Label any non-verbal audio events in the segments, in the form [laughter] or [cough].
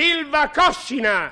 Silva Coscina.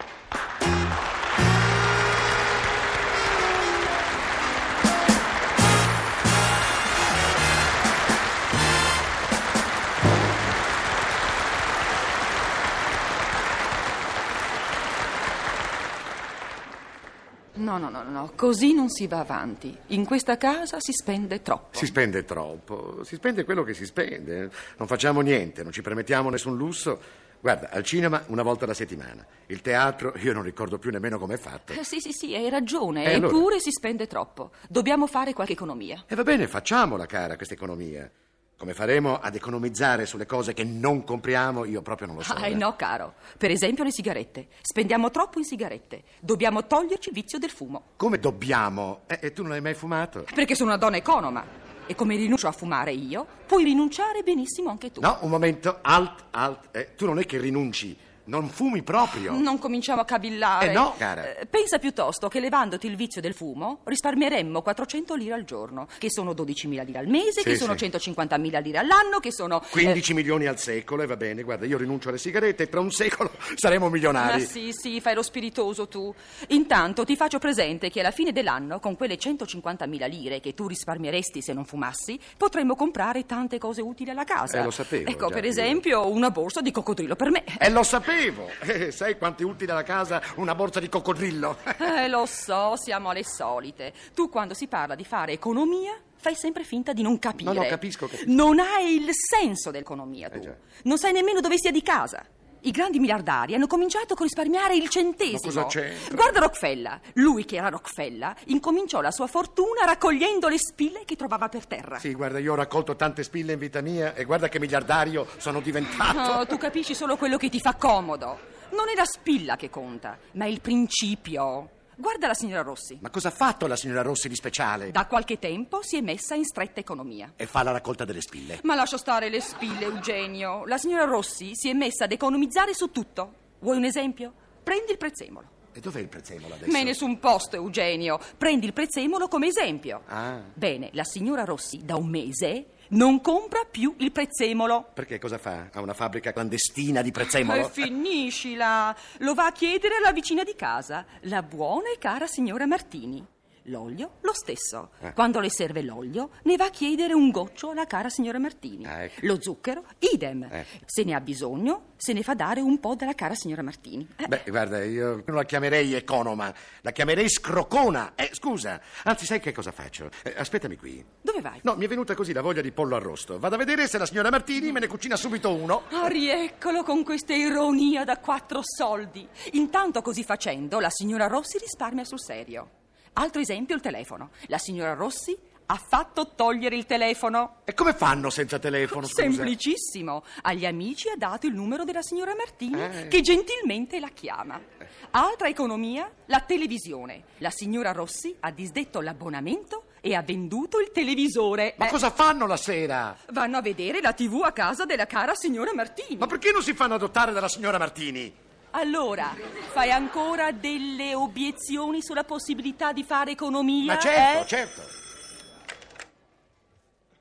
No, no, no, no, così non si va avanti. In questa casa si spende troppo. Si spende troppo, si spende quello che si spende. eh. Non facciamo niente, non ci permettiamo nessun lusso. Guarda, al cinema una volta alla settimana. Il teatro io non ricordo più nemmeno com'è fatto. Eh, sì, sì, sì, hai ragione, Eh, allora? eppure si spende troppo. Dobbiamo fare qualche economia. E va bene, facciamola cara questa economia. Come faremo ad economizzare sulle cose che non compriamo? Io proprio non [laughs] lo so. Ah, eh eh. no, caro. Per esempio le sigarette. Spendiamo troppo in sigarette. Dobbiamo toglierci il vizio del fumo. Come dobbiamo? Eh, e tu non hai mai fumato? Perché sono una donna economa. E come rinuncio a fumare io, puoi rinunciare benissimo anche tu. No, un momento, alt, alt. Eh, tu non è che rinunci, non fumi proprio. Non cominciamo a cavillare. Eh no, cara. Eh, Pensa piuttosto che levandoti il vizio del fumo risparmieremmo 400 lire al giorno, che sono 12.000 lire al mese, Sì, che sono sì. 150.000 lire all'anno, che sono... eh, 15 milioni al secolo, e va bene, guarda, io rinuncio alle sigarette e tra un secolo [laughs] saremo Ma milionari. sì, sì, fai lo spiritoso tu. Intanto ti faccio presente che alla fine dell'anno, con quelle 150.000 lire che tu risparmieresti se non fumassi, potremmo comprare tante cose utili alla casa. Eh, lo sapevo, Ecco, già, per io- esempio, una borsa di coccodrillo per me. E lo sapevo! [laughs] Eh, sai quanti utili alla casa una borsa di coccodrillo? [laughs] Eh, lo so, siamo alle solite. Tu quando si parla di fare economia fai sempre finta di non capire. No, no, capisco, Eh, certo. capisco. Non hai il senso dell'economia tu. già. non sai nemmeno dove sia di casa. I grandi miliardari hanno cominciato con risparmiare il centesimo. Ma cosa c'entra? Guarda Rockefeller. Lui che era Rockefeller incominciò la sua fortuna raccogliendo le spille che trovava per terra. Sì, guarda, io ho raccolto tante spille in vita mia e guarda che miliardario sono diventato. No, tu capisci solo quello che ti fa comodo. Non è la spilla che conta, ma il principio. Guarda la signora Rossi. Ma cosa ha fatto la signora Rossi di speciale? Da qualche tempo si è messa in stretta economia. E fa la raccolta delle spille. Ma lascia stare le spille, Eugenio. La signora Rossi si è messa ad economizzare su tutto. Vuoi un esempio? Prendi il prezzemolo. E dov'è il prezzemolo adesso? Me nessun posto, Eugenio. Prendi il prezzemolo come esempio. Ah. Bene, la signora Rossi da un mese non compra più il prezzemolo. Perché cosa fa? Ha una fabbrica clandestina di prezzemolo? [laughs] Eh, E finiscila. Lo va a chiedere alla vicina di casa, la buona e cara signora Martini. L'olio lo stesso. Eh. Quando le serve l'olio, ne va a chiedere un goccio alla cara signora Martini. Ah, ecco. Lo zucchero, idem. Eh. Se ne ha bisogno, se ne fa dare un po' dalla cara signora Martini. Eh, Beh, guarda, io non la chiamerei economa, la chiamerei scrocona. Eh, scusa. Anzi, sai che cosa faccio? Eh, aspettami qui. dove vai? No, mi è venuta così la voglia di pollo arrosto. Vado a vedere se la signora Martini me ne cucina subito uno. Ah, rieccolo con questa ironia da quattro soldi. Intanto così facendo, la signora Rossi risparmia sul serio. Altro esempio, il telefono. La signora Rossi ha fatto togliere il telefono. E come fanno senza telefono, scusa? Semplicissimo. Agli amici ha dato il numero della signora Martini Eh. che gentilmente la chiama. Altra economia, la televisione. La signora Rossi ha disdetto l'abbonamento e ha venduto il televisore. Ma Eh, cosa fanno la sera? Vanno a vedere la TV a casa della cara signora Martini. Ma perché non si fanno adottare dalla signora Martini? Allora, fai ancora delle obiezioni sulla possibilità di fare economia? Ma certo, eh? certo.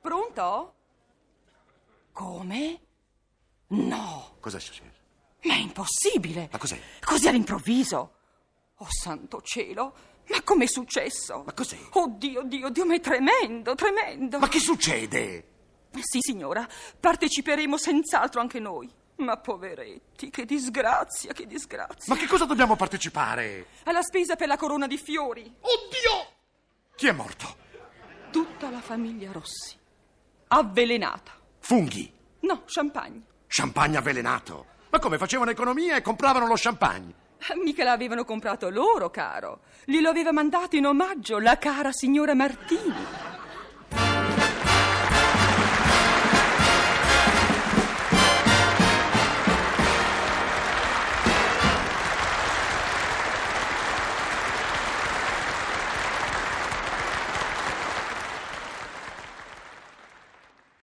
Pronto? Come? No. Cosa succede? Ma è impossibile! Ma cos'è? Così all'improvviso! Oh santo cielo! Ma com'è successo? Ma cos'è? Oddio, Dio, Dio, ma è tremendo, tremendo! Ma che succede? Sì, signora, parteciperemo senz'altro anche noi. Ma poveretti, che disgrazia, che disgrazia! Ma che cosa dobbiamo partecipare? Alla spesa per la corona di fiori, Oddio! Chi è morto? tutta la famiglia Rossi. Avvelenata. Funghi. No, champagne. Champagne avvelenato. Ma come facevano economia e compravano lo champagne? Mica l'avevano comprato loro, caro. Glielo aveva mandato in omaggio la cara signora Martini.